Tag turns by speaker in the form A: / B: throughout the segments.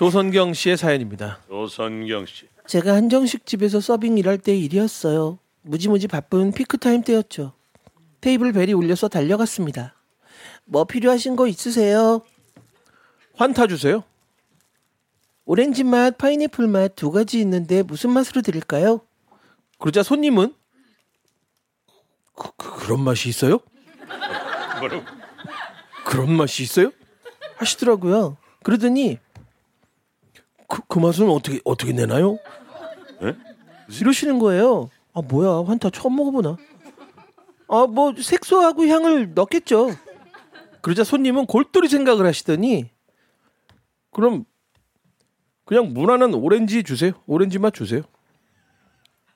A: 조선경 씨의 사연입니다.
B: 조선경 씨.
A: 제가 한정식 집에서 서빙 일할 때 일이었어요. 무지무지 바쁜 피크타임 때였죠. 테이블 벨이 울려서 달려갔습니다. 뭐 필요하신 거 있으세요? 환타 주세요. 오렌지 맛, 파인애플 맛 두 가지 있는데 무슨 맛으로 드릴까요? 그러자 손님은 그, 그, 런 맛이 있어요?
B: 뭐라고?
A: 그런 맛이 있어요? 하시더라고요. 그러더니 그, 그 맛은 어떻게 어떻게 내나요?
B: 예?
A: 이러시는 거예요. 아 뭐야 환타 처음 먹어보나? 아 뭐 색소하고 향을 넣겠죠. 그러자 손님은 골똘히 생각을 하시더니 그럼 그냥 무난한 오렌지 주세요. 오렌지 맛 주세요.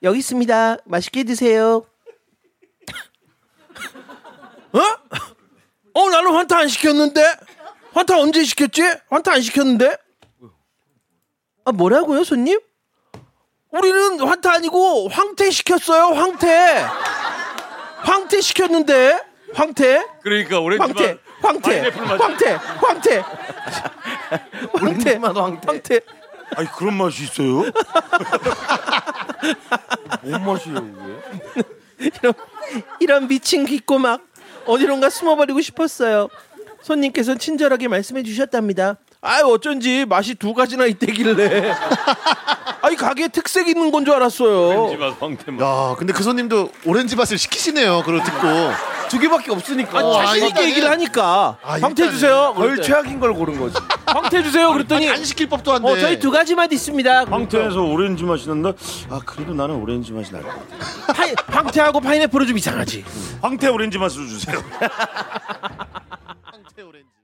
A: 여기 있습니다. 맛있게 드세요. 어? 어 나는 환타 안 시켰는데 환타 언제 시켰지? 환타 안 시켰는데? 아 뭐라고요 손님? 우리는 환타 아니고 황태 시켰어요 황태 황태 시켰는데 황태
B: 그러니까 오렌지
A: 황태
B: 맛,
A: 황태
B: 파인애플 맛.
A: 황태 황태 황태 황태
B: 아니 그런 맛이 있어요? 뭔 맛이에요 이게?
A: 이런, 이런 미친 기꼬막 어디론가 숨어버리고 싶었어요. 손님께서 친절하게 말씀해 주셨답니다. 아유 어쩐지 맛이 두 가지나 있대길래 아이 가게에 특색 있는 건 줄
B: 오렌지
A: 알았어요.
B: 맛 황태 맛.
C: 야, 근데 그 손님도 오렌지 맛을 시키시네요. 그걸 듣고.
D: 두 개밖에 없으니까.
A: 아, 자신 있게
C: 일단은-
A: 얘기를 하니까
C: 아,
A: 황태
C: 일단은-
A: 주세요.
D: 덜
A: 걸
D: 최악인 걸 고른 거지. 아,
A: 황태 주세요. 그랬더니
C: 안 시킬 법도 한데.
A: 어 저희 두 가지 맛 있습니다.
B: 황태에서 오렌지 맛이 난다. 아 그래도 나는 오렌지 맛이 날 것 같아.
A: 파이, 황태하고 파인애플은 좀 이상하지.
B: 황태 오렌지 맛으로 주세요.
C: 오렌지.